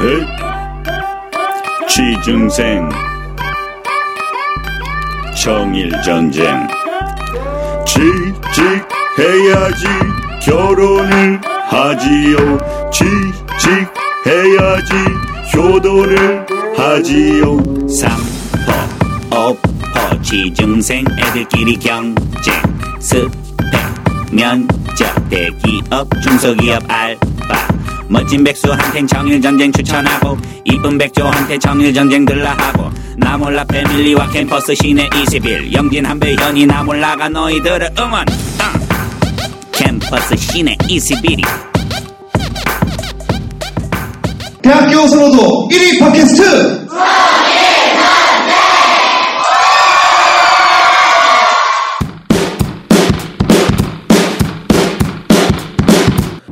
네. 취중생 정일전쟁 취직해야지 결혼을 하지요 취직해야지 효도를 하지요 삼포 오포 취중생 애들끼리 경쟁 스펙 면접 대기업 중소기업 알바 멋진 백수한텐 정일전쟁 추천하고 이쁜 백조한테 정일전쟁 들라하고 나몰라 패밀리와 캠퍼스 시내 21 영진 한배 현이 나몰라가 너희들을 응원 땅 캠퍼스 시내 21이 대학교 선호도 1위 팟캐스트!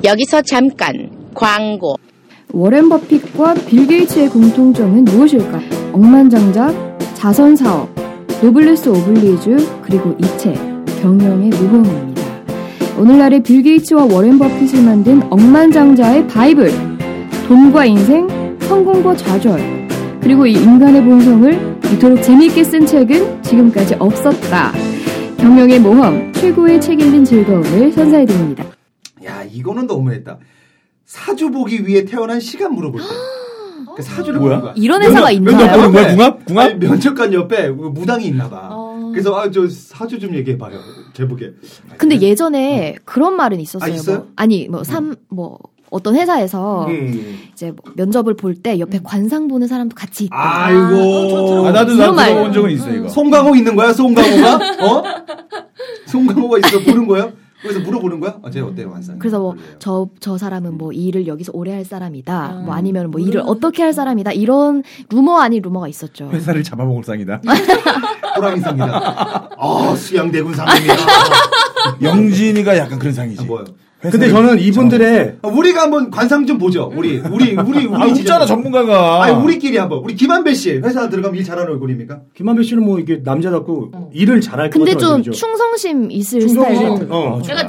여기서 잠깐 광고. 워렌 버핏과 빌 게이츠의 공통점은 무엇일까? 억만장자, 자선사업, 노블레스 오블리주, 그리고 이체, 경영의 모범입니다. 오늘날의 빌 게이츠와 워렌 버핏을 만든 억만장자의 바이블, 돈과 인생, 성공과 좌절, 그리고 이 인간의 본성을 이토록 재미있게 쓴 책은 지금까지 없었다. 경영의 모험, 최고의 책 읽는 즐거움을 선사해드립니다. 야 이거는 너무했다. 사주 보기 위해 태어난 시간 물어볼 때. 그 사주를 뭐야? 보는 거야. 이런 회사가 면접- 있나요? 면접 보는 거야, 네. 궁합? 궁합? 아니, 면접관 옆에 그 무당이 있나 봐. 그래서 아 저 사주 좀 얘기해 봐요. 제목에. 근데 예전에 그런 말은 있었어요. 아, 있어요? 뭐, 아니 뭐 삼 뭐 어떤 회사에서 음. 이제 뭐 면접을 볼 때 옆에 관상 보는 사람도 같이 아, 있다. 아이고. 어, 아, 나도 나도 그런 말. 들어본 적은 있어 예. 이거. 송강호 있는 거야? 송강호가? 어? 송강호가 있어 보는 거야? 그래서 물어보는 거야? 어제 어때요 완상? 그래서 뭐 저 저 사람은 뭐 이 일을 여기서 오래 할 사람이다. 뭐 아니면 뭐 일을 어떻게 할 사람이다. 이런 루머 아닌 루머가 있었죠. 회사를 잡아먹을 상이다. 호랑이상이다. 아 수양대군 상입니다. 영진이가 약간 그런 상이지. 아, 뭐요? 근데 저는 이분들의 아, 우리가 한번 관상 좀 보죠. 우리 우리 우리 우리 아 웃잖아 지점. 전문가가. 아니 우리끼리 한번 우리 김한배 씨 회사 들어가면 일 잘하는 얼굴입니까? 김한배 씨는 뭐 이게 남자답고 어. 일을 잘할 것 근데 같은 좀 얼굴이죠. 충성심 있을 충성심. 스타일. 어. 약간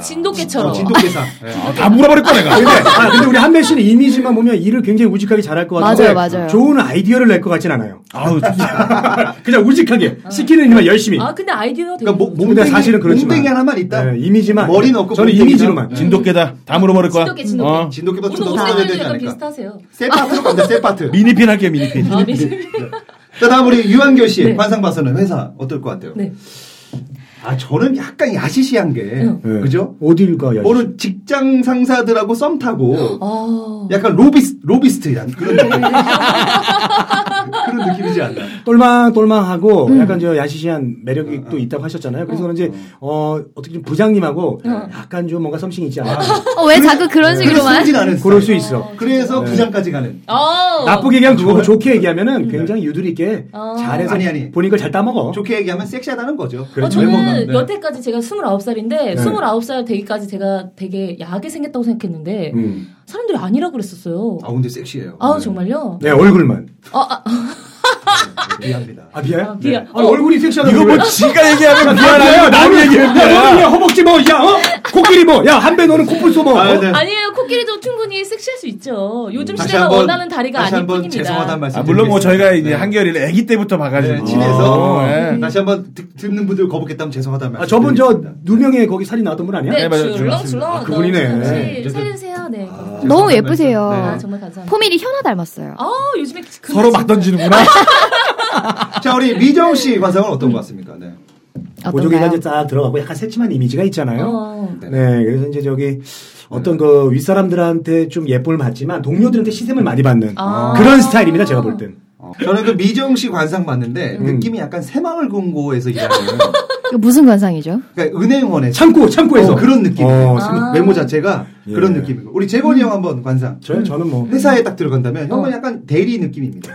진돗개처럼. 진돗개상. 네, 예. 아, 다 물어버릴 거야 내가. 근데, 아, 근데 우리 한배 씨는 이미지만 보면 일을 굉장히 우직하게 잘할 것 같은데 맞아요, 맞아요. 좋은 아이디어를 낼 것 같진 않아요. 아우 그냥 우직하게 어. 시키는 일만 열심히. 아 근데 아이디어 되게. 그러니까 목 근데 몸땡이 사실은 그렇지만. 몸땡이 하나만 있다. 네, 이미지만. 머리 넣고 저는 몸뚱이나. 네. 이미지로만. 진돗개다. 다 물어버릴 거야. 진돗개, 진돗개. 어. 진돗개보다 오늘 좀더 옷색깔도 따라야 되지 약간 않을까? 비슷하세요. 새 파트로 간다. 새 파트. 미니핀 할게 미니핀. 아, 네. 자 다음 우리 유한결 씨 네. 관상 봐서는 회사 어떨 것 같아요? 네. 아 저는 약간 야시시한 게 네. 그죠? 어딜 가야 어느 직장 상사들하고 썸 타고 어. 아. 약간 로비스 로비스트란 그런 느낌. 그런 느낌이지 않나? 똘망똘망하고 약간 저 야시시한 매력이 또 있다고 하셨잖아요. 그래서 그런지 어 어떻게 좀 부장님하고 약간 좀 뭔가 섬싱이 있지 않아? 어, 왜 자꾸 그런 식으로만? 네. 그러진 않은 그럴 스타일. 수 있어. 그래서 네. 부장까지 가는. 어. 나쁘게 얘기하면 그거고 좋게 얘기하면은 굉장히 유두리 있게 어. 잘해서 아니, 아니. 본인 걸 잘 따먹어. 좋게 얘기하면 섹시하다는 거죠. 어, 그렇죠. 저는 외모가. 네. 여태까지 제가 29살인데 29살 되기까지 제가 되게 야하게 생겼다고 생각했는데 음. 사람들이 아니라 그랬었어요. 아 근데 섹시해요. 아, 우 네. 정말요? 네 얼굴만. 미안합니다. 아 미아야? 아, 미아. 아, 얼굴이 섹시하다. 이거 뭐 지가 얘기하면 미안해요. 남 얘기하면 미안. 야 허벅지 뭐 야 어? 코끼리 뭐 야 한배 너는 코뿔소 뭐. 아, 어? 네. 아니에요. 코끼리도 충분히 섹시할 수 있죠. 요즘 다시 시대가 한번- 원하는 다리가 다시 아닐 한번 뿐입니다. 죄송하다는 말씀. 아, 물론 뭐 드리겠습니다. 저희가 이제 네. 한결이를 아기 때부터 봐가지고 네, 친해서 어, 예. 다시 한번 듣- 듣는 분들 거부겠다면 죄송하다는 말씀. 아 저분 저 드리겠습니다. 누명에 거기 살이 나왔던 분 아니야? 네, 맞아요. 줄렁줄렁. 아, 그분이네. 넘쳐나지. 네. 살려주세요. 네. 아, 너무 죄송하다는 예쁘세요. 말씀. 아, 정말 감사합니다. 포밀이 현아 닮았어요. 아, 요즘에 그- 서로 막 던지는구나. 네. 자 우리 미정 씨 관상은 어떤 것 같습니까? 네. 보조개가 어떤가요? 이제 딱 들어가고 약간 새침한 이미지가 있잖아요. 어. 네, 그래서 이제 저기 어떤 그 윗사람들한테 좀 예쁨을 받지만 동료들한테 시샘을 많이 받는 아. 그런 스타일입니다. 제가 볼 땐. 저는 그 미정 씨 관상 봤는데 음. 느낌이 약간 새마을 금고에서 일하는 이거 무슨 관상이죠? 그러니까 은행원에 참고, 참고해서. 어, 그런 느낌. 어, 아. 외모 자체가 예. 그런 느낌이고 우리 재건이 형 한번 관상. 저요? 저는 뭐. 회사에 딱 들어간다면 형은 약간 대리 느낌입니다.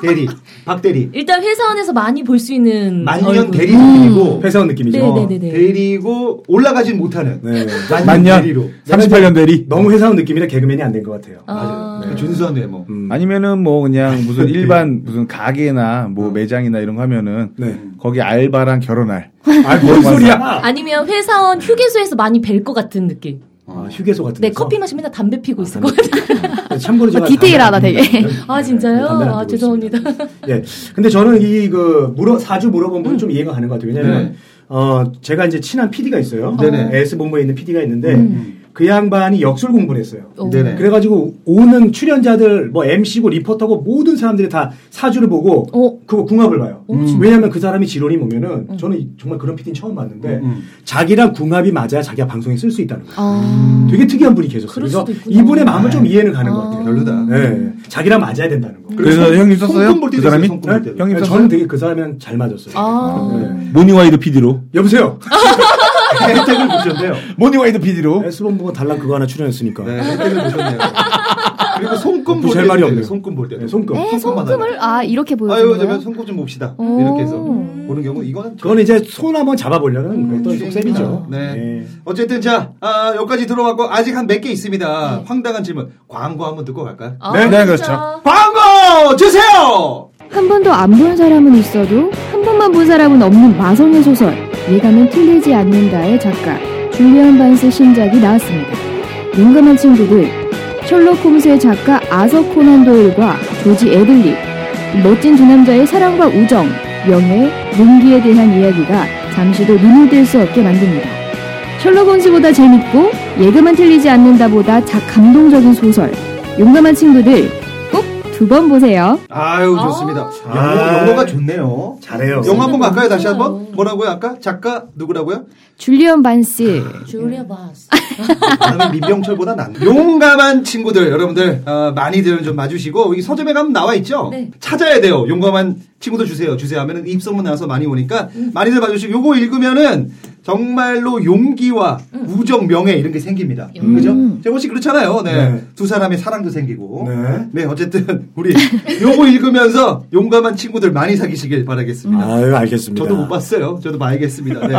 대리, 박 대리, 일단 회사 안에서 많이 볼 수 있는 음, 만년 얼굴. 대리 느낌이고 회사원 느낌이죠. 네, 네, 네, 네. 대리고 올라가진 못하는 네. 만년 만년 대리로 38년 대리. 너무 회사원 느낌이라 개그맨이 안 된 것 같아요. 아. 그 준수한 외모. 아니면은 뭐 그냥 무슨 일반 무슨 가게나 뭐 매장이나 이런 거 하면은 네. 거기 알바랑 결혼할. 아, 뭔 소리야? 아니면 회사원 휴게소에서 많이 뵐 것 같은 느낌. 아, 휴게소 같은 네, 데서. 커피 마시면 맨날 담배 피고 있을 것 같아요. 참고로 제가 디테일하다, 담배 안 되게. 핀다고요. 아, 진짜요? 네, 담배를 안 아, 피우고 죄송합니다. 예. 근데 저는 이 그 물어 사주 물어본 음. 분은 좀 이해가 가는 것 같아요. 왜냐면 네. 어 제가 이제 친한 PD가 있어요. 네네. S 본부에 있는 PD가 있는데 그 양반이 역술 공부를 했어요. 음. 오. 네네. 그래가지고 오는 출연자들 뭐 MC고 리포터고 모든 사람들이 다 사주를 보고 어. 음. 그거 궁합을 봐요. 왜냐하면 그 사람이 지론이 보면은 저는 정말 그런 PD는 처음 봤는데 자기랑 궁합이 맞아야 자기가 방송에 쓸 수 있다는 거예요. 아. 되게 특이한 분이 계셨어요. 그럴 그래서 수도 있구나. 이분의 마음을 좀 이해는 가는 것 같아요. 별로다. 예. 자기랑 맞아야 된다는 거. 그래서 형님 썼어요? 손금 볼 때도 그 사람이? 있어요, 손금 볼 때도. 네? 형님 예, 썼어요? 저는 되게 그 사람이랑 잘 맞았어요. 아. 네. 모니와이드 PD로. 여보세요. 혜택을 보셨대요. 모니와이드 PD로. S본부가 달랑 그거 하나 출연했으니까. 네, 혜택을 보셨네요. 그리고 손금 또 볼 제 때도 말이 있어요, 없네요. 손금 볼 때도. 네, 손금. 에, 손금만 손금을 아 이렇게 아유, 보여주는 저면 거예요? 손금 좀 봅시다. 오. 이렇게 해서 보는 경우 이거는 그건 이제 손 한번 잡아보려는 어떤 음, 속셈이죠. 네. 예. 어쨌든 자 아, 여기까지 들어봤고 아직 한 몇 개 있습니다. 황당한 질문 광고 한번 듣고 갈까요? 아, 네, 네, 진짜. 광고 주세요. 한 번도 안 본 사람은 있어도 한 번만 본 사람은 없는 마성의 소설 예감은 틀리지 않는다의 작가 줄리안 반스 신작이 나왔습니다. 용감한 친구들 셜록 홈스의 작가 아서 코난 도일과 조지 애들리 멋진 두 남자의 사랑과 우정 명예 용기에 대한 이야기가 잠시도 눈을 뗄 수 없게 만듭니다. 셜록 홈스보다 재밌고 예감은 틀리지 않는다보다 작 감동적인 소설 용감한 친구들 꼭 두 번 보세요. 아유 좋습니다. 아. 영어, 가 좋네요. 잘해요. 영어 한번 갈까요? 다시 좋아요. 한번 뭐라고요? 아까 작가 누구라고요? 줄리언 반스 줄리아 바스. 나는 민병철보다 낫네. 용감한 친구들 여러분들 어, 많이들 좀 봐주시고 여기 서점에 가면 나와 있죠. 네. 찾아야 돼요. 용감한 친구들 주세요. 주세요 하면은 입소문 나서 많이 오니까 음. 많이들 봐주시고 요거 읽으면은 정말로 용기와 우정 명예 이런 게 생깁니다. 음. 그죠? 재호 씨 그렇잖아요. 네. 네. 두 사람의 사랑도 생기고. 네. 어쨌든 우리 요거 읽으면서 용감한 친구들 많이 사귀시길 바라겠습니다. 아유, 네. 알겠습니다. 저도 못 봤어요. 저도 봐야겠습니다. 네.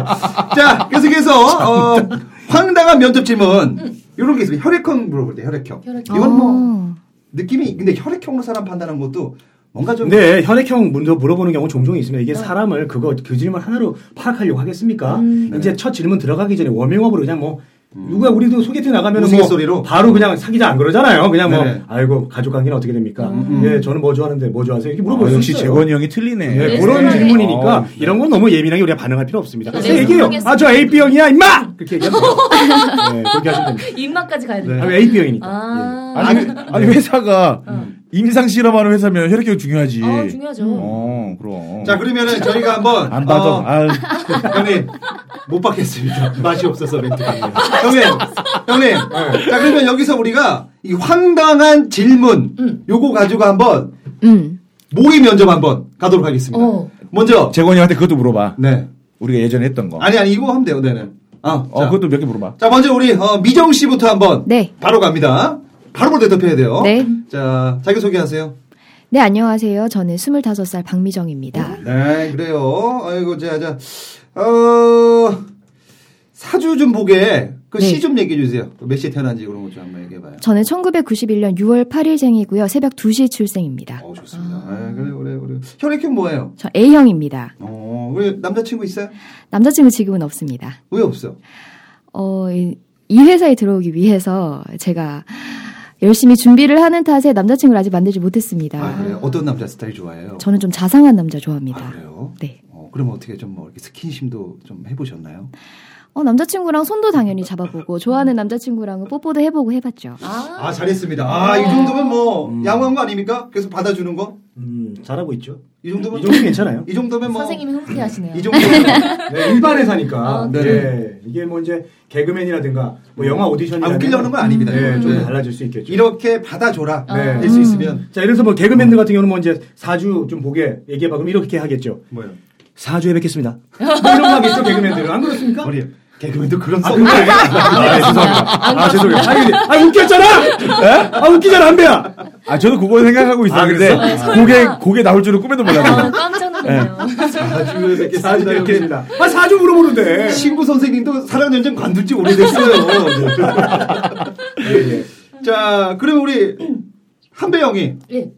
자, 계속해서 어, 황당한 면접 질문. 이런 게 있습니다. 혈액형 물어볼 때 혈액형. 혈액형. 이건 뭐 느낌이 근데 혈액형으로 사람 판단하는 것도 뭔가 네. 좀 근데 혈액형 먼저 물어보는 경우 종종 있습니다. 이게 사람을 그거 그 질문 하나로 파악하려고 하겠습니까? 이제 네. 첫 질문 들어가기 전에 워밍업으로 그냥 뭐 음. 누가 우리도 소개팅 나가면 뭐 우스갯소리로? 바로 그냥 사귀자 안 그러잖아요. 그냥 뭐 네네. 아이고 가족 관계는 어떻게 됩니까? 예, 저는 뭐 좋아하는데 뭐 좋아하세요? 이렇게 물어볼 아, 수 역시 있어요. 재건이 형이 틀리네. 예, 네, 그런 네. 질문이니까 어. 이런 건 너무 예민하게 우리가 반응할 필요 없습니다. 그래서 네, 얘기해요. 아 저 AB형이야 임마! 그렇게 얘기하면 돼요. 네, 그렇게 하시면 됩니다. 입맛까지 가야 아, 된다. AB형이니까. 아. 아니, 왜- 아니 회사가 임상 실험하는 회사면 혈액형 중요하지. 아, 중요하죠. 어, 그럼. 자, 그러면은 저희가 한번 안 받아. 어, 아유. 형님 못 받겠습니다. 맛이 없어서 멘트. 형님, 형님. 네. 자 그러면 여기서 우리가 이 황당한 질문 요거 가지고 한번 음. 모의 면접 한번 가도록 하겠습니다. 어. 먼저 재건이 형한테 그것도 물어봐. 네. 우리가 예전에 했던 거. 어. 아니 아니 이거 하면 돼요. 네네. 예. 아, 어, 자. 그것도 몇 개 물어봐. 자 먼저 우리 어, 미정 씨부터 한번 네. 바로 갑니다. 바로 대답해야 돼요. 네. 자 자기 소개하세요. 네 안녕하세요. 저는 25살 박미정입니다. 네 그래요. 아이고 자자 어 사주 좀 보게 그 네. 시 좀 얘기해 주세요. 몇 시에 태어난지 그런 것 좀 한번 얘기해 봐요. 저는 1991년 6월 8일생이고요. 새벽 2시 출생입니다. 어 좋습니다. 아, 그래 그래 그래. 혈액형 뭐예요? 저 A형입니다. 어 우리 남자친구 있어요? 남자친구 지금은 없습니다. 왜 없어? 어, 이, 이 회사에 들어오기 위해서 제가 열심히 준비를 하는 탓에 남자친구를 아직 만들지 못했습니다. 아 네. 그래요. 어떤 남자 스타일 좋아해요? 저는 좀 자상한 남자 좋아합니다. 아 그래요. 네. 어, 그럼 어떻게 좀 뭐 이렇게 스킨십도 좀 해보셨나요? 어, 남자친구랑 손도 당연히 잡아보고 좋아하는 남자친구랑은 뽀뽀도 해보고 해봤죠. 아. 아 잘했습니다. 아 이 정도면 뭐 양호한 거 아닙니까? 계속 받아주는 거? 음, 잘하고 있죠. 이 정도면 이 정도 괜찮아요. 이 정도면 뭐 선생님이 흔쾌하시네요. 이 정도면 뭐 네, 일반 회사니까. 아, 네. 예, 이게 뭐 이제 개그맨이라든가 음. 뭐 영화 오디션이나 아, 웃기려는 건 아닙니다. 네, 좀 네. 달라질 수 있겠죠. 이렇게 받아줘라 네. 될 수 있으면 자, 이래서 뭐 개그맨들 같은 경우는 뭐 이제 사주 좀 보게 얘기해 봐. 그럼 이렇게 하겠죠. 뭐요? 사주에 뵙겠습니다. 뭐 이런 거 하겠죠, 개그맨들은. 안 그렇습니까? 머리 개그맨도 그런 써. 그러니까? 아, 그거 아니야? 아, 죄송합니다. 아, 죄송해요. 아니, 근데- 아, 웃겼잖아! 아, 웃기잖아, 한배야! 아, 저도 그걸 생각하고 있어. 아, 근데 그랬어? 아, 고개 설마. 고개 나올 줄은 꿈에도 아, 몰랐네. 깜짝 놀랐네요. 아, 사주에 사주 뵙겠습니다. 이렇게 이렇게 됩니다. 아, 사주 물어보는데. 친구 선생님도 사랑 연장 관둘지 오래됐어요. 예, 예. 자 그럼 우리 한배 형이 예.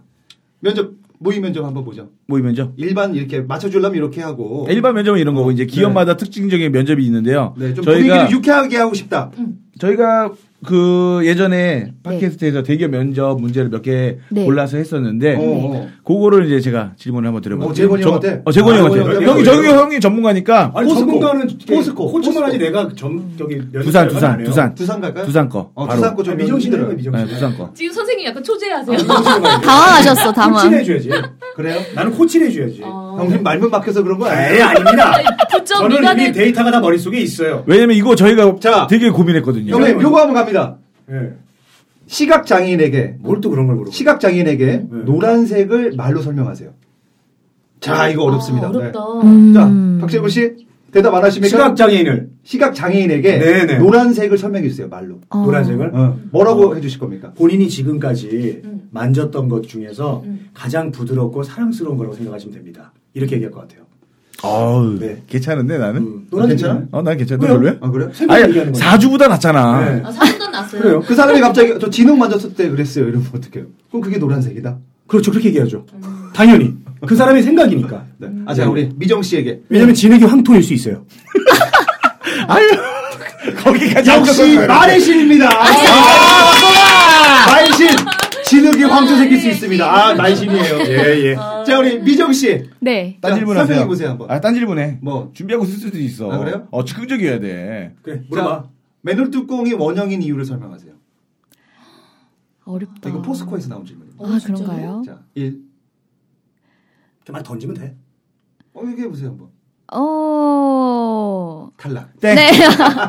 면접 모의 면접 한번 보죠. 모의 면접. 일반 이렇게 맞춰주려면 이렇게 하고 네. 일반 면접은 이런 거고 이제 기업마다 특징적인 면접이 있는데요. 네, 좀 저희가 분위기를 유쾌하게 하고 싶다. 저희가 그 예전에 팟캐스트에서 대기업 면접 문제를 몇 개 네. 골라서 했었는데 네. 그거를 이제 제가 질문을 한번 드려볼게요. 어, 재건이 정- 형한테? 어, 재건이 아, 형한테. 재건이 형이 형한테. 정이 형이 전문가니까 아니 전문가는 포스코, 호주만 포스코. 하지 내가 전 저기 부산 두산 두산 두산 갈까요? 두산 거. 어, 바로. 두산 거좀 아, 미정 씨는 힘들어요. 미정 네, 씨. 두산 거. 지금 선생님 약간 초조해하세요. 아, 아. 당황하셨어, 당황. 코치를 해줘야지. 그래요? 나는 코치를 해줘야지. 형님 말문 막혀서 그런 거 에이 아니에요? 아닙니다. 부쩍 저는 이미 어. 미간에 데이터가 다 머릿속에 있어요. 왜냐면 이거 저희가 자, 되게 고민했거든요. 아, 형님 요거 한번 갑니다. 예. 시각 장애인에게 뭘 또 그런 네. 걸 물어. 시각 장애인에게 노란색을 말로 설명하세요. 자 이거 어렵습니다. 아, 어렵다. 음. 네. 자 음. 박재구 씨 대답 안 하십니까? 시각 장애인을 시각 장애인에게 네네. 노란색을 설명해 주세요 말로. 어. 노란색을 어, 뭐라고 해주실 겁니까? 본인이 지금까지 만졌던 것 중에서 음. 가장 부드럽고 사랑스러운 거라고 생각하시면 됩니다. 이렇게 얘기할 것 같아요. 아우 네. 괜찮은데 나는. 음, 노란색 괜찮아? 어, 난 괜찮아. 너 왜요? 별로야? 아 그래요? 세명 얘기하는 아니, 거죠. 4주보다 낫잖아. 네. 아, 사고도 났어요. 그래요. 그 사람이 갑자기 저 진흙 만졌을 때 그랬어요 이러면 어떡해요? 그럼 그게 노란색이다. 그렇죠. 그렇게 얘기하죠. 음. 당연히. 그 사람의 생각이니까. 네. 아자 우리 미정 씨에게 왜냐면 진액이 황토일 수 있어요. 아유. 거기까지 역시 말의 신입니다. 아, 말의 신 진흙이 황토 생길 수 있습니다. 아 말신이에요. 예. 자 우리 미정 씨. 네. 딴 자, 질문 설명해 하세요. 보세요, 한번. 아, 딴 질문 해. 뭐? 준비하고 쓸 수도 있어. 아, 그래요? 어, 즉흥적이어야 돼. 그래. 자 물어봐. 맨홀 뚜껑이 원형인 이유를 설명하세요. 어렵다. 이건 포스코에서 나온 질문입니다. 어, 아, 진짜요? 그런가요? 자 1. 그냥 던지면 돼. 어 얘기해 보세요 한번. 어. 탈락. 땡. 네.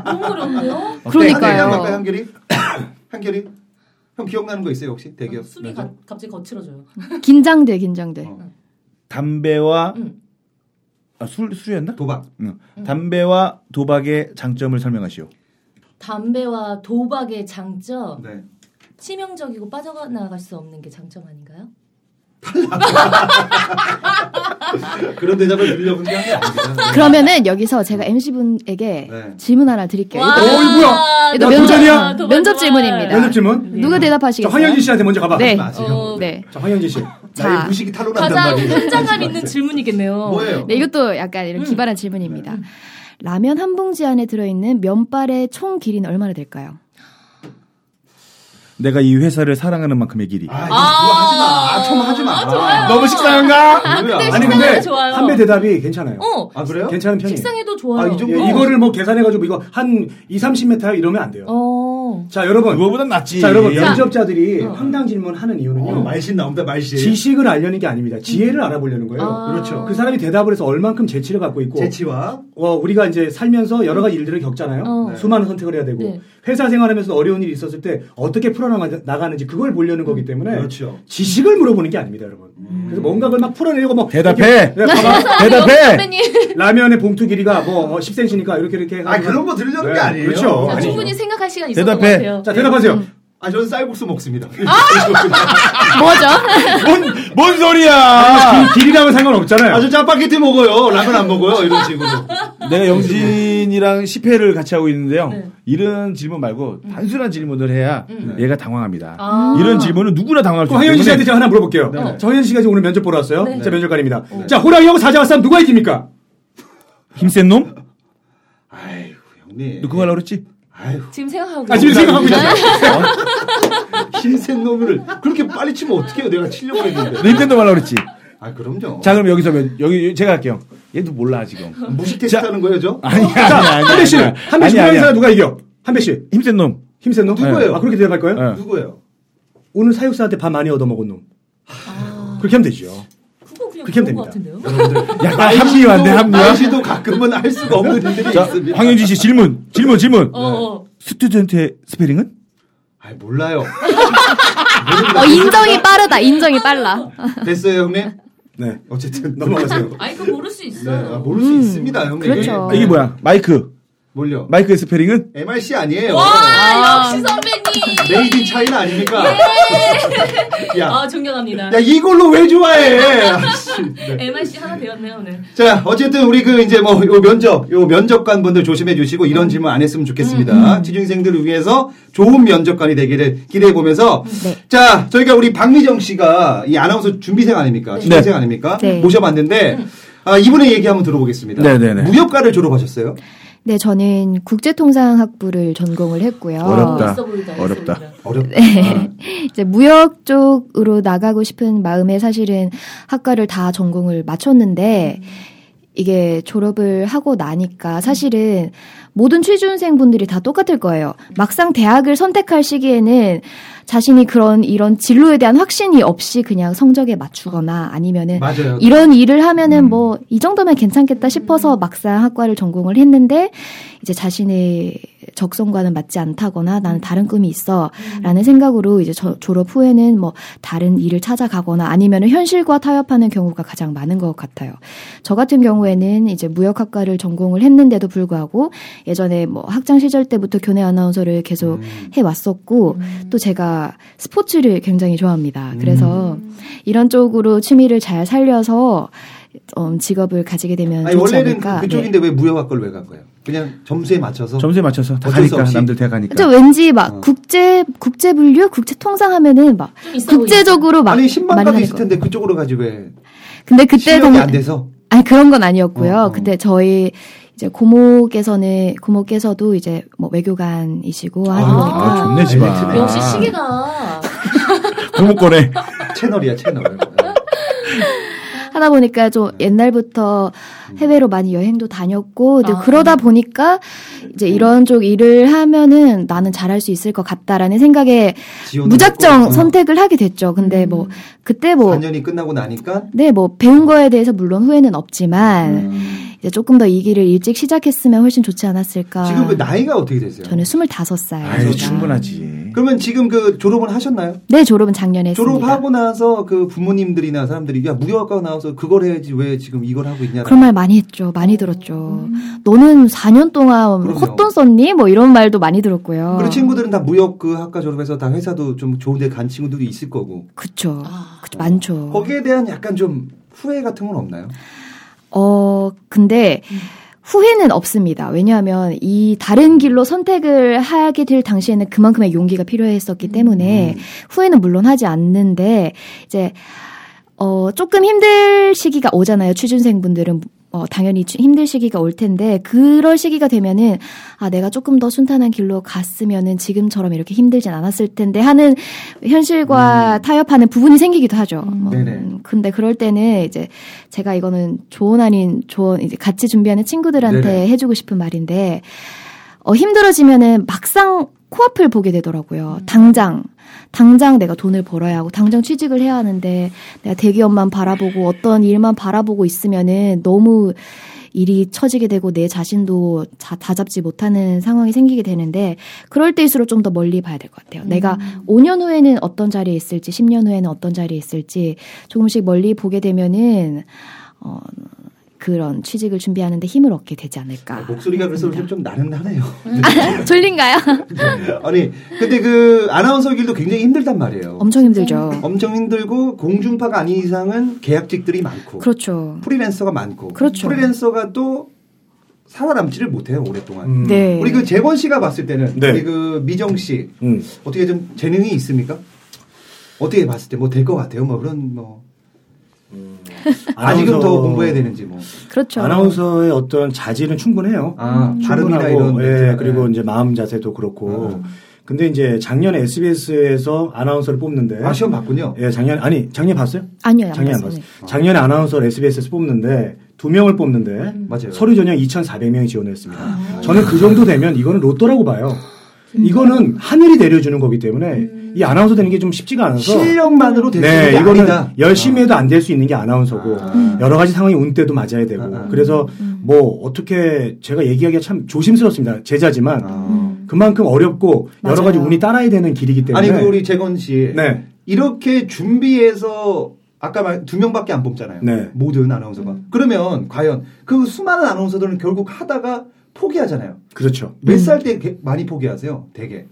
너무 어려운데요? 어, 땡. 그러니까요. 한결이 한결이 한결이 형 기억나는 거 있어요 네. 혹시 대기업 숨이 가, 갑자기 거칠어져요. 긴장돼, 긴장돼. 어. 담배와 응. 아, 술 술이었나? 도박. 응. 음. 담배와 도박의 장점을 설명하시오. 담배와 도박의 장점, 네. 치명적이고 빠져나갈 수 없는 게 장점 아닌가요? 그런 대답을 들려본 게 아니야. 그러면은 여기서 제가 MC분에게 네. 질문 하나 드릴게요. 와, 이거 뭐야? 이거 면접, 면접 질문입니다. 면접 질문. 네. 누가 자, 대답하시겠어요? 황현진 씨한테 먼저 가봐. 네. 아세요? 네. 자, 황현진 씨. 나의 자, 무식이 탄로난단 가장 말이에요. 현장감 있는 어. 질문이겠네요. 뭐예요? 네, 이것도 약간 이런 기발한 질문입니다. 라면 한 봉지 안에 들어있는 면발의 총 길이는 얼마나 될까요? 내가 이 회사를 사랑하는 만큼의 길이. 아, 이거 하지 마. 아, 처음 하지 마. 너무 식상한가? 아, 뭐야. 아니 아니, 네, 식상해. 근데 식상해도 좋아요. 한배 대답이 괜찮아요. 어, 아, 그래요? 괜찮은 편이에요. 식상해도 좋아요. 아, 이 정도? 예, 이거를 뭐 계산해가지고 이거 한 2, 30m 이러면 안 돼요. 어. 자 여러분. 그거보단 낫지. 자 여러분 자. 면접자들이 황당 질문하는 이유는요. 어, 말신 나옵니다, 말신. 지식을 알려는 게 아닙니다. 지혜를 알아보려는 거예요. 예. 음. 아. 그렇죠. 그 사람이 대답을 해서 얼만큼 재치를 갖고 있고 재치와 어, 우리가 이제 살면서 여러 가지 일들을 겪잖아요. 어. 네. 수많은 선택을 해야 되고 네. 회사 생활하면서 어려운 일이 있었을 때 어떻게 풀어나가는지 그걸 보려는 음. 거기 때문에 그렇죠. 지식을 물어보는 게 아닙니다, 여러분. 그래서 뭔가 그걸 막 풀어내려고 막 대답해. 이렇게, 네, 봐봐. 대답해. 어, 선배님, 라면의 봉투 길이가 뭐 어, 10cm니까 이렇게 이렇게 아, 그런 거 들으려는 네, 게 아니에요. 그렇죠. 자, 아니죠. 충분히 생각할 시간 있었던 대답해. 것 같아요. 자, 대답하세요. 음. 아, 저는 쌀국수 먹습니다. 뭐죠? 뭔, 뭔 소리야? 길- 길이랑은 상관없잖아요. 아, 저 짜파게티 먹어요. 라면 안 먹어요. 이런 식으로. 내가 영진이랑 10회를 같이 하고 있는데요. 네. 음. 이런 질문 말고 단순한 질문을 해야 음. 얘가 당황합니다. 아. 어, 이런 질문은 누구나 당황할 수 황현진 씨한테 있기 제가 하나 물어볼게요. 네. 저 황현진 씨가 지금 오늘 면접 보러 왔어요. 네. 자, 면접관입니다. 자, 호랑이 하고 사자와 싸움 누가 이깁니까? 힘센 놈? 아이고, 형님. 너 그거 하려고 그랬지? 아이고. 지금 생각하고. 아, 지금 생각하고 있어요. 흰색 놈을 그렇게 빨리 치면 어떡해요. 내가 치려고 했는데. 너 힘센 놈 하려고 그랬지? 아, 그럼요. 네. 자, 그럼 여기서 면, 여기, 제가 할게요. 얘도 몰라, 지금. 무식 테스트 자. 하는 거예요, 저? 아니, 아니, 자, 아니. 한배 씨는 한배 아니, 씨 호랑이 아니야. 사자 누가 이겨? 한배 씨 힘센 놈. 힘센 놈 누구예요? 아, 그렇게 대답할 거예요? 네. 누구예요? 오늘 사육사한테 밥 많이 얻어먹은 놈. 그렇게 하면 되죠. 아, 그거 그냥 그렇게 그런 하면 것 됩니다. 같은데요? 약간 합리화인데, 아, 합리화. 날씨도 가끔은 알 수가 없는 일들이 네. 자, 있습니다. 황현진 씨 질문, 질문, 질문. 어, 어. 스튜던트의 스페링은? 아, 몰라요. 어, 인정이 빠르다, 인정이 빨라. 됐어요, 형님? 네. 어쨌든 넘어가세요. 아이, 그거 모를 수 네, 있어요. 아, 모를 수 있습니다, 형님. 음. 예, 그렇죠. 아, 이게 뭐야? 마이크. 뭘요? 마이크의 스페링은? MRC 아니에요. 와, 역시 선배님. 메이드 인 차이나 아닙니까? 예! 야, 어. 아, 존경합니다. 야 이걸로 왜 좋아해? 아씨. 네. MRC 하나 배웠네요, 오늘. 자, 어쨌든 우리 그 이제 뭐 요 면접, 요 면접관 분들 조심해 주시고 음. 이런 질문 안 했으면 좋겠습니다. 취준생들을 위해서 좋은 면접관이 되기를 기대해 보면서 네. 자, 저희가 우리 박미정 씨가 이 아나운서 준비생 아닙니까? 취준생 아닙니까? 네. 모셔봤는데 아, 이분의 얘기 한번 들어보겠습니다. 네, 네, 네. 무역과를 졸업하셨어요? 네, 저는 국제통상학부를 전공을 했고요. 아, 어렵다. 있어 보인다, 있어 어렵다. 보인다. 어렵다. 네. 아, 이제 무역 쪽으로 나가고 싶은 마음에 사실은 학과를 다 전공을 마쳤는데 이게 졸업을 하고 나니까 사실은 모든 취준생 분들이 다 똑같을 거예요. 막상 대학을 선택할 시기에는 자신이 그런 이런 진로에 대한 확신이 없이 그냥 성적에 맞추거나 아니면은 맞아요. 음. 이런 일을 하면은 뭐 이 정도면 괜찮겠다 싶어서 막상 학과를 전공을 했는데 이제 자신의 적성과는 맞지 않다거나 나는 다른 꿈이 있어라는 생각으로 이제 저- 졸업 후에는 뭐 다른 일을 찾아가거나 아니면은 현실과 타협하는 경우가 가장 많은 것 같아요. 저 같은 경우에는 이제 무역학과를 전공을 했는데도 불구하고 예전에 뭐 학창 시절 때부터 교내 아나운서를 계속 음. 해 왔었고 음. 또 제가 스포츠를 굉장히 좋아합니다. 음. 그래서 이런 쪽으로 취미를 잘 살려서 음, 직업을 가지게 되면 아니 좋지 원래는 않을까. 네. 그쪽인데 왜 무역학과를 왜 간 거예요? 그냥 점수에 맞춰서. 점수에 맞춰서 다 어쩔 수 가니까 없이. 남들 대학 네. 가니까. 좀 왠지 막 어. 국제 국제 분류, 국제 통상 하면은 막 좀 있어 국제적으로 막 아니 10만 가도 많이 있을 텐데 그쪽으로 가지 왜? 근데 그때 실력이 당 안 돼서. 아니 그런 건 아니었고요. 어, 어. 근데 저희 이제 고모께서는 고모께서도 이제 뭐 외교관이시고 아, 하니까 아, 좋네 집안. 보인다. 역시 시계가 고목거래. 채널이야 채널. 하다 보니까 좀 네. 옛날부터 음. 해외로 많이 여행도 다녔고 근데 아. 그러다 보니까 네. 이제 이런 쪽 일을 하면은 나는 잘할 수 있을 것 같다라는 생각에 지원을 무작정 했고, 어, 선택을 하게 됐죠. 근데 뭐 그때 뭐 4년이 끝나고 나니까. 네, 뭐 배운 거에 대해서 물론 후회는 없지만 음. 이제 조금 더 이 길을 일찍 시작했으면 훨씬 좋지 않았을까. 지금 그 나이가 어떻게 되세요? 아, 저는 25살. 아유 충분하지. 그러면 지금 그 졸업은 하셨나요? 네, 졸업은 작년에 했습니다. 졸업하고 나서 그 부모님들이나 사람들이 야 무역학과 나와서 그걸 해야지 왜 지금 이걸 하고 있냐? 그런 말 많이 했죠. 많이 들었죠. 너는 4년 동안 그럼요. 헛돈 썼니? 뭐 이런 말도 많이 들었고요. 그리고 친구들은 다 무역 그 학과 졸업해서 다 회사도 좀 좋은데 간 친구들도 있을 거고 그쵸. 아. 그쵸, 많죠. 거기에 대한 약간 좀 후회 같은 건 없나요? 어, 근데 후회는 없습니다. 왜냐하면 이 다른 길로 선택을 하게 될 당시에는 그만큼의 용기가 필요했었기 음. 때문에 후회는 물론 하지 않는데 이제 어, 조금 힘들 시기가 오잖아요. 취준생분들은 어, 당연히 취- 힘들 시기가 올 텐데 그럴 시기가 되면은 아 내가 조금 더 순탄한 길로 갔으면은 지금처럼 이렇게 힘들진 않았을 텐데 하는 현실과 타협하는 부분이 생기기도 하죠. 뭐, 음. 네네. 음, 근데 그럴 때는 이제 제가 이거는 조언 아닌 조언 이제 같이 준비하는 친구들한테 네네. 해주고 싶은 말인데 어, 힘들어지면은 막상 코앞을 보게 되더라고요. 당장 당장 내가 돈을 벌어야 하고 당장 취직을 해야 하는데 내가 대기업만 바라보고 어떤 일만 바라보고 있으면은 너무 일이 처지게 되고 내 자신도 자, 다잡지 못하는 상황이 생기게 되는데 그럴 때일수록 좀 더 멀리 봐야 될 것 같아요. 내가 5년 후에는 어떤 자리에 있을지 10년 후에는 어떤 자리에 있을지 조금씩 멀리 보게 되면은 어, 그런 취직을 준비하는데 힘을 얻게 되지 않을까. 어? 목소리가 그래서 좀, 좀 나른하네요. 음. 아, 네. 졸린가요? 아니 근데 그 아나운서 길도 굉장히 힘들단 말이에요. 엄청 힘들죠. 엄청 힘들고 공중파가 아닌 이상은 계약직들이 많고 그렇죠. 프리랜서가 많고 그렇죠. 프리랜서가 또 살아남지를 못해요 음. 오랫동안. 음. 음. 네. 우리 그 재권 씨가 봤을 때는 네. 우리 그 미정 씨 음. 어떻게 좀 재능이 있습니까? 어떻게 봤을 때 뭐 될 것 같아요? 뭐 그런 뭐 아직은 더 공부해야 되는지 뭐. 그렇죠. 아나운서의 어떤 자질은 충분해요. 아, 발음이나 이런 충분하고 것들. 네. 예, 그리고 이제 마음 자세도 그렇고. 아. 근데 이제 작년에 SBS에서 아나운서를 뽑는데 아 시험 봤군요. 예, 작년 아니 작년 봤어요? 아니요, 안 작년 안 봤어요. 봤어요. 작년에 아나운서를 SBS에서 뽑는데 두 명을 뽑는데 음. 맞아요. 서류 전형 2,400명이 지원했습니다. 아. 저는 그 정도 되면 이거는 로또라고 봐요. 음. 이거는 하늘이 내려주는 거기 때문에 이 아나운서 되는 게 좀 쉽지가 않아서 실력만으로 되는 네, 게 이거는 아니다. 어. 열심히 해도 안 될 수 있는 게 아나운서고 음. 여러 가지 상황이 운 때도 맞아야 되고 그래서 뭐 어떻게 제가 얘기하기가 참 조심스럽습니다. 제자지만 아. 그만큼 어렵고 여러 가지 운이 따라야 되는 길이기 때문에 아니 그 우리 재건 씨 네. 이렇게 준비해서 아까 말 두 명밖에 안 뽑잖아요. 네. 모든 아나운서가. 그러면 과연 그 수많은 아나운서들은 결국 하다가 포기하잖아요. 그렇죠. 몇 살 때 많이 포기하세요? 되게.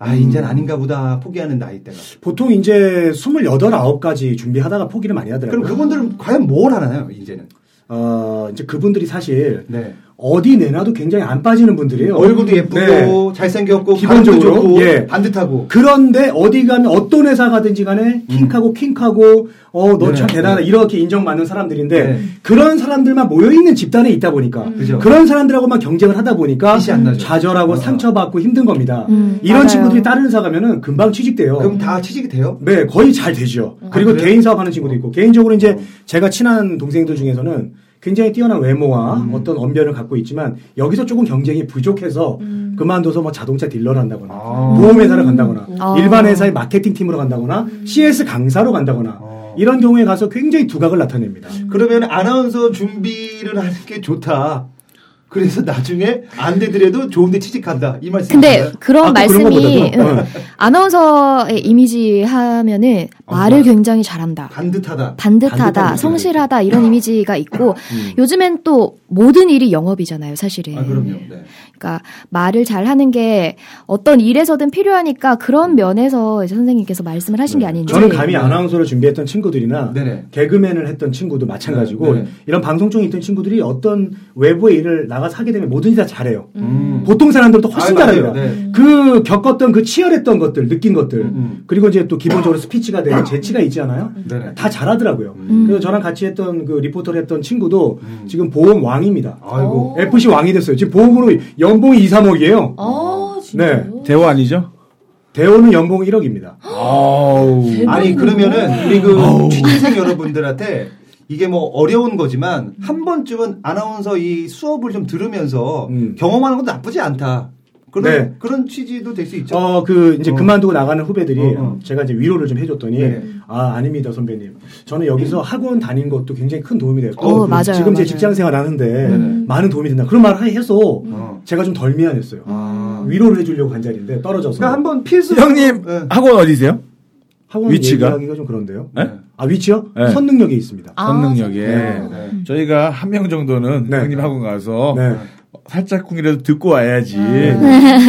아, 이젠 아닌가 보다 포기하는 나이 때가. 보통 이제 28, 9까지 준비하다가 네. 그- 포기를 많이 하더라고요. 그럼 그분들은 과연 뭘 하나요, 이제는? 어, 이제 그분들이 사실 네. 어디 내놔도 굉장히 안 빠지는 분들이에요. 얼굴도 예쁘고 잘생겼고 네. 기본적으로 기본적으로 좋고 예. 반듯하고 그런데 어디 가면 어떤 회사 가든지 간에 킹하고 킹하고 어 너 참 음. 네, 대단하다 이렇게 인정받는 사람들인데 네. 그런 사람들만 모여 있는 집단에 있다 보니까 음. 그죠. 그런 사람들하고만 경쟁을 하다 보니까 어. 좌절하고 상처받고 힘든 겁니다. 음, 이런 맞아요. 친구들이 다른 회사 가면은 금방 취직돼요. 그럼 다 취직이 돼요? 네, 거의 잘 되죠. 아, 그리고 그래요? 개인 사업하는 친구도 있고 개인적으로 이제 제가 친한 동생들 중에서는 굉장히 뛰어난 외모와 어떤 언변을 갖고 있지만 여기서 조금 경쟁이 부족해서 그만둬서 뭐 자동차 딜러를 한다거나 아. 뭐 보험회사를 간다거나 아. 일반 회사의 마케팅 팀으로 간다거나 CS 강사로 간다거나 이런 경우에 가서 굉장히 두각을 나타냅니다. 그러면 아나운서 준비를 하는 게 좋다. 그래서 나중에 안 되더라도 좋은데 취직한다. 이 아, 말씀. 근데 그런 말씀이 응. 아나운서의 이미지 하면은 말을 굉장히 잘한다. 반듯하다. 반듯하다, 성실하다 이런 이미지가 있고 음. 요즘엔 또 모든 일이 영업이잖아요, 사실은. 네. 그러니까 말을 잘하는 게 어떤 일에서든 필요하니까 그런 면에서 이제 선생님께서 말씀을 하신 게 네. 아닌지. 저는 감히 아나운서를 준비했던 친구들이나 개그맨을 했던 친구도 마찬가지고 네, 네. 이런 방송 쪽에 있던 친구들이 어떤 외부의 일을 나가서 하게 되면 뭐든지 다 잘해요. 음. 음. 보통 사람들도 훨씬 아, 맞아요. 잘해요. 그 겪었던 그 치열했던 것들, 느낀 것들, 음, 그리고 이제 또 기본적으로 스피치가 되는 재치가 있잖아요. 다 잘하더라고요. 음. 그래서 저랑 같이 했던 그 리포터를 했던 친구도 지금 보험 왕입니다. 아이고. FC 왕이 됐어요. 지금 보험으로 연봉이 2, 3억이에요. 아, 네. 대호 아니죠? 대호는 연봉 1억입니다. 아니 그러면은 우리 그 취준생 여러분들한테 이게 뭐 어려운 거지만 한 번쯤은 아나운서 이 수업을 좀 들으면서 경험하는 것도 나쁘지 않다. 그런 네. 그런 취지도 될 수 있죠. 어, 그, 이제 그만두고 나가는 후배들이 어, 어. 제가 이제 위로를 좀 해줬더니, 네. 아, 아닙니다, 선배님. 저는 여기서 학원 다닌 것도 굉장히 큰 도움이 됐고, 어, 맞아요, 지금 제 맞아요. 직장 생활 하는데 네. 많은 도움이 된다. 그런 말을 해서 어. 제가 좀 덜 미안했어요. 위로를 해주려고 간 자리인데, 떨어져서. 아. 그러니까 한번 필수 네. 형님 학원 어디세요? 학원 위치가? 얘기하기가 좀 그런데요. 네? 아, 위치요? 네. 선능력에 있습니다. 아. 선능력에 네. 저희가 한 명 정도는 네. 형님 학원 가서 살짝쿵이라도 듣고 와야지 아, 네.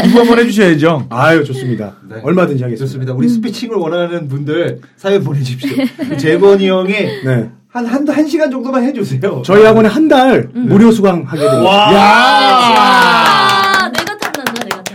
이거 한번 해주셔야죠. 아유 좋습니다. 얼마든지 하겠습니다. 좋습니다. 우리 스피칭을 원하는 분들 사연 보내주십시오. 재건이 형이 네. 한, 한, 한 시간 정도만 해주세요. 저희 학원에 한 달 무료 수강하게 됩니다. 음. 와. 아,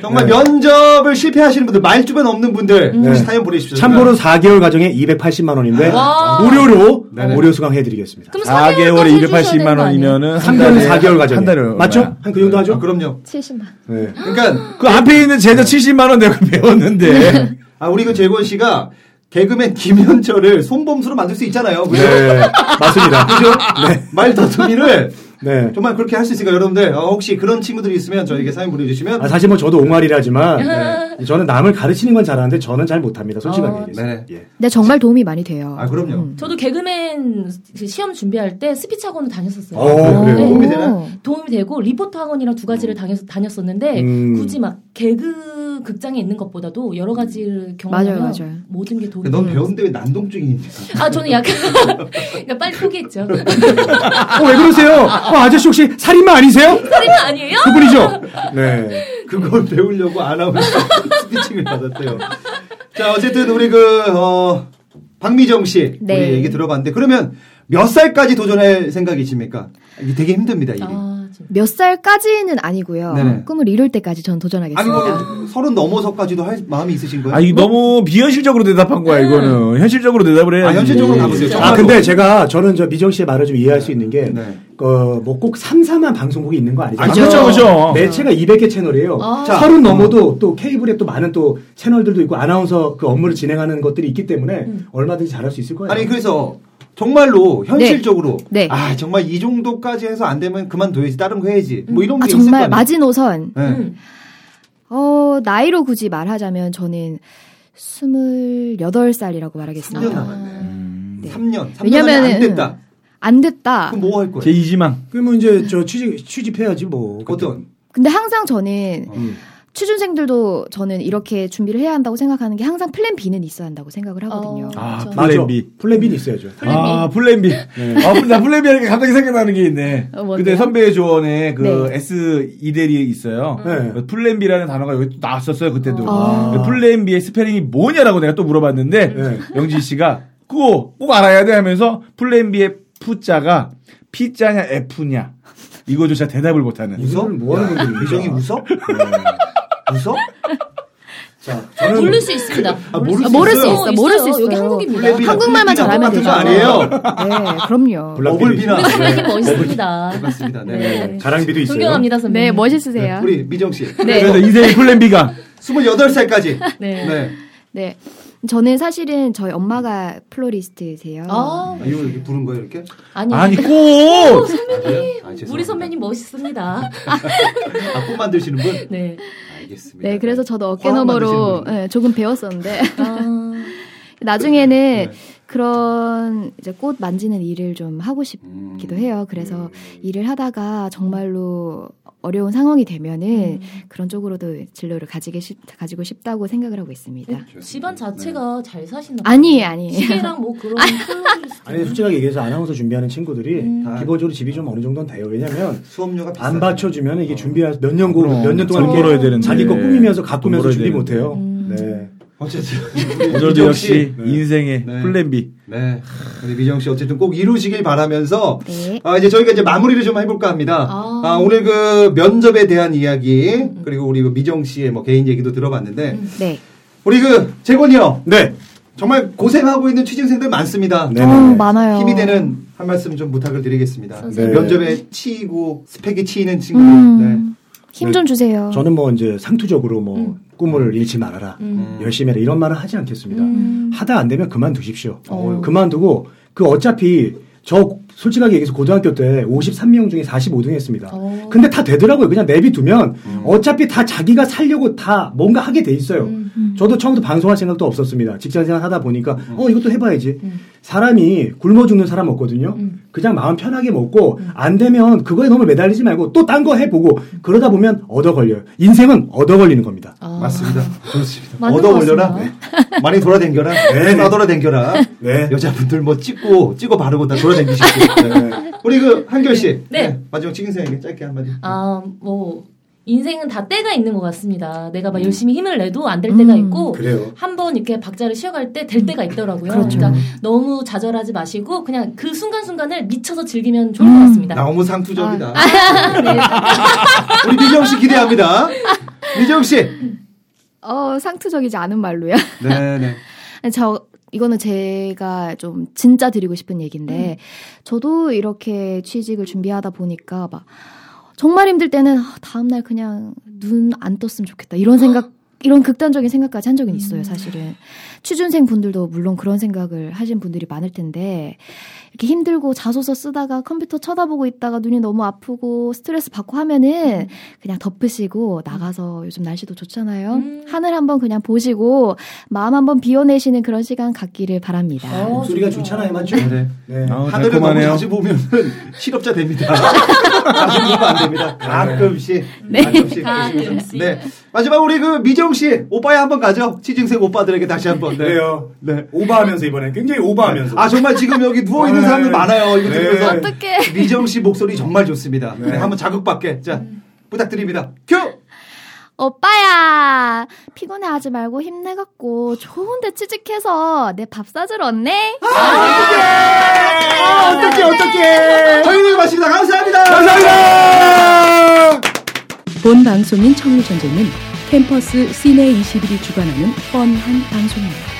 정말 면접을 실패하시는 분들, 말주변 없는 분들, 네. 사연 보내주십시오. 참고로 4개월 과정에 280만 원인데 와. 무료로 무료 수강해 드리겠습니다. 그럼 4개월에 280만 원이면은 한 달에 4개월 과정에 한 달에 맞죠? 한 그 정도 하죠? 네. 아, 그럼요. 70만. 네. 그러니까 그 앞에 있는 제자 70만 원 내가 배웠는데 아, 우리 그 재건 씨가 개그맨 김현철을 손범수로 만들 수 있잖아요. 그죠? 네. 맞습니다. 그죠? 말다툼이를 네. 정말 그렇게 할 수 있으니까 여러분들 어, 혹시 그런 친구들이 있으면 저에게 사연 보내주시면 아, 사실 뭐 저도 옹알이라지만 네. 저는 남을 가르치는 건 잘하는데 저는 잘 못합니다. 솔직하게 어. 얘기해서. 예. 근데 정말 도움이 많이 돼요. 음. 아 그럼요. 저도 개그맨 그 시험 준비할 때 스피치 학원을 다녔었어요. 어, 그래요? 도움이 아, 되나요? 도움이 되고 리포터 학원이랑 두 가지를 다녔, 다녔었는데 음. 굳이 막 개그 극장에 있는 것보다도 여러 가지를 경험하면 맞아요, 맞아요. 모든 게 도움이 근데 넌 돼요. 배운데 왜 난동증이 있냐? 아 저는 약간 그러니까 빨리 포기했죠. 어, 왜 그러세요? 어, 아저씨 혹시 살인마 아니세요? 살인마 아니에요? 그분이죠? 네. 그걸 배우려고 아나운서 스피칭을 받았대요. 자, 어쨌든 우리 그, 어, 박미정 씨. 네. 우리 얘기 들어봤는데, 그러면 몇 살까지 도전할 생각이십니까? 이게 되게 힘듭니다, 일이. 어, 아, 몇 살까지는 아니고요. 네네. 꿈을 이룰 때까지 전 도전하겠습니다. 아니면 뭐 서른 넘어서까지도 할 마음이 있으신 거예요? 아 이거 너무 비현실적으로 대답한 거야 이거는 현실적으로 대답을 해야지. 아, 현실적으로 가보세요. 아, 정말로. 근데 제가 저는 저 미정 씨의 말을 좀 이해할 수 있는 게, 어, 뭐 꼭 삼삼한 방송국이 있는 거 아니잖아요. 아, 그렇죠, 그렇죠. 매체가 200개 채널이에요. 아. 자, 서른 넘어도 또 케이블에 또 많은 또 채널들도 있고 아나운서 그 업무를 진행하는 것들이 있기 때문에 얼마든지 잘할 수 있을 거예요. 아니, 그래서 정말로 현실적으로. 네. 아, 정말 이 정도까지 해서 안 되면 그만둬야지, 다른 거 해야지. 뭐 이런 게 아, 있을 거 정말 음. 아니에요? 마지노선. 네. 어, 나이로 굳이 말하자면 저는 28살이라고 말하겠습니다. 3년 남았네. 3년. 3년 아. 음. 왜냐면은- 아. 안 됐다. 안 됐다. 그럼 뭐 할 거예요? 제 2지망. 그러면 이제 저 취직, 취직해야지 뭐. 어떤? 근데 항상 저는 음. 취준생들도 저는 이렇게 준비를 해야 한다고 생각하는 게 항상 플랜 B는 있어야 한다고 생각을 하거든요. 어. 아 맞아. 플랜 B. 플랜 B는 있어야죠. 아 플랜 B. 아 근데 나 플랜 B 하니까 갑자기 생각나는 게 있네. 네. 어, 뭔데요? 그때 선배의 조언에 그 네. 음. S 이델이 있어요. 네. 그 플랜 B라는 단어가 여기 또 나왔었어요 그때도. 아. 그 플랜 B의 스펠링이 음. 뭐냐라고 내가 또 물어봤는데 네. 영진 씨가 그거 꼭 알아야 돼 하면서 플랜 B의 F자가 P자냐 F냐 이거조차 대답을 못하는. 웃어? 뭐 하는 건데? 음. 배정이 웃어? 웃어? 자, 저는 모를 수 있습니다. 아, 모를, 수, 모를 수, 있어. 모를 수 있어. 여기 한국입니다. 네. 블랙비나, 한국말만 잘하면 되죠. 아니에요. 네, 그럼요. 버블비나. 블랙이 멋있습니다. 맞습니다. 네. 네. 가랑비도 있어요. 존경합니다, 선배님. 네, 멋있으세요. 우리 미정 씨. 네. 그래서 인생의 플랜 B가 28살까지. 네. 네. 네. 저는 사실은 저희 엄마가 플로리스트세요. 아, 아, 이거 이렇게 부른 거예요, 이렇게? 아니. 아니 오, 꽃. 선배님. 아, 죄송합니다. 우리 선배님 멋있습니다. 아, 꽃 만드시는 분? 네. 알겠습니다. 네, 그래서 저도 어깨 화학 너머로 만드시는 분. 네, 조금 배웠었는데 아, 나중에는 네. 그런 이제 꽃 만지는 일을 좀 하고 음. 싶기도 해요. 그래서 일을 하다가 정말로 어려운 상황이 되면은 그런 쪽으로도 진로를 가지게 싶, 가지고 싶다고 생각을 하고 있습니다. 좋습니다. 집안 네. 자체가 잘 사시나 봐요. 아니에요, 아니에요. 시계랑 뭐 그런 플로리스트. 아니 솔직하게 얘기해서 아나운서 준비하는 친구들이 네, 다 기본적으로 집이 좀 어느 정도는 돼요. 왜냐면 네. 수업료가 안 비싸요. 받쳐주면 이게 준비할 몇년 그럼, 몇년 동안 돈 이렇게 벌어야 되는데. 자기 네. 거 꾸미면서 돈 가꾸면서 준비 벌어야 되는데. 못해요. 네. 어쨌든 저도 미정 역시 씨. 인생의 네. 플랜 B. 네. 우리 미정 씨 어쨌든 꼭 이루시길 바라면서 네. 아, 이제 저희가 이제 마무리를 좀 해볼까 합니다. 아. 아, 오늘 그 면접에 대한 이야기 그리고 우리 미정 씨의 뭐 개인 얘기도 들어봤는데 음. 네. 우리 그 재권이 형 네. 정말 고생하고 있는 취준생들 많습니다. 네. 어, 네네. 많아요. 힘이 되는 한 말씀 좀 부탁을 드리겠습니다. 선생님. 네. 면접에 치이고 스펙이 치이는 친구. 음. 힘 네. 좀 주세요. 저는 뭐 이제 상투적으로 뭐 꿈을 잃지 말아라. 음. 열심히 해라. 이런 말은 하지 않겠습니다. 하다 안 되면 그만두십시오. 어. 그만두고 그 어차피 저 솔직하게 얘기해서 고등학교 때 53명 중에 45등 했습니다. 어. 근데 다 되더라고요. 그냥 내비두면 음. 어차피 다 자기가 살려고 다 뭔가 하게 돼 있어요. 저도 처음부터 방송할 생각도 없었습니다. 직장생활 하다 보니까 어 이것도 해봐야지. 사람이 굶어 죽는 사람 없거든요. 그냥 마음 편하게 먹고 안 되면 그거에 너무 매달리지 말고 또 딴 거 해보고 그러다 보면 얻어 걸려요. 인생은 얻어 걸리는 겁니다. 아. 네, 맞습니다. 그렇습니다. 맞는 얻어 것 올려라. 같습니다. 많이 돌아댕겨라. 네. 떠돌아댕겨라. 네. 여자분들 뭐 찍고, 찍어 바르고 다 돌아댕기시고. 네. 우리 그 한결씨. 네. 마지막 찍은생에게 짧게 한마디. 아, 뭐 인생은 다 때가 있는 것 같습니다. 내가 막 열심히 힘을 내도 안 될 때가 음, 있고 음. 그래요. 한 번 이렇게 박자를 쉬어갈 때 될 때가 있더라고요. 그 그렇죠. 러니까 너무 좌절하지 마시고 그냥 그 순간순간을 미쳐서 즐기면 좋을 음. 것 같습니다. 너무 상투적이다. 아. 네. 우리 미정씨 기대합니다. 미정씨. 어, 상투적이지 않은 말로요. 네네. 저 이거는 제가 좀 진짜 드리고 싶은 얘기인데 저도 이렇게 취직을 준비하다 보니까 막 정말 힘들 때는 아, 다음 날 그냥 눈 안 떴으면 좋겠다 이런 아. 생각 이런 극단적인 생각까지 한 음. 적은 있어요 사실은 취준생 분들도 물론 그런 생각을 하신 분들이 많을 텐데 이렇게 힘들고 자소서 쓰다가 컴퓨터 쳐다보고 있다가 눈이 너무 아프고 스트레스 받고 음. 하면은 그냥 덮으시고 나가서 요즘 날씨도 좋잖아요 음. 하늘 한번 그냥 보시고 마음 한번 비워내시는 그런 시간 갖기를 바랍니다. 어, 목소리가 좋다. 좋잖아요, 맞죠? 네. 네. 아, 하늘을 너무 달콤하네요. 자주 보면은 실업자 됩니다. 자주 보면 안 됩니다. 가끔씩. 네. 가끔씩. 가끔씩. 네. 마지막 우리 그 미정씨. 오빠야 한번 가죠. 취준생 오빠들에게 다시 한번. 네. 그래요. 네. 오버하면서 이번엔 굉장히 오버하면서. 아 정말 지금 여기 누워 있는 네. 사람들 많아요. 이거 네. 들으면서 어떡해. 미정 씨 목소리 정말 좋습니다. 네, 한번 자극받게 자 음. 부탁드립니다. 큐. 오빠야 피곤해하지 말고 힘내갖고 좋은데 취직해서 내 밥 사줄 언네. 아 어떡해 어떡해. 저희는 마칩니다. 감사합니다. 본 방송인 청류전쟁은 캠퍼스 시내 21이 주관하는 뻔한 방송입니다.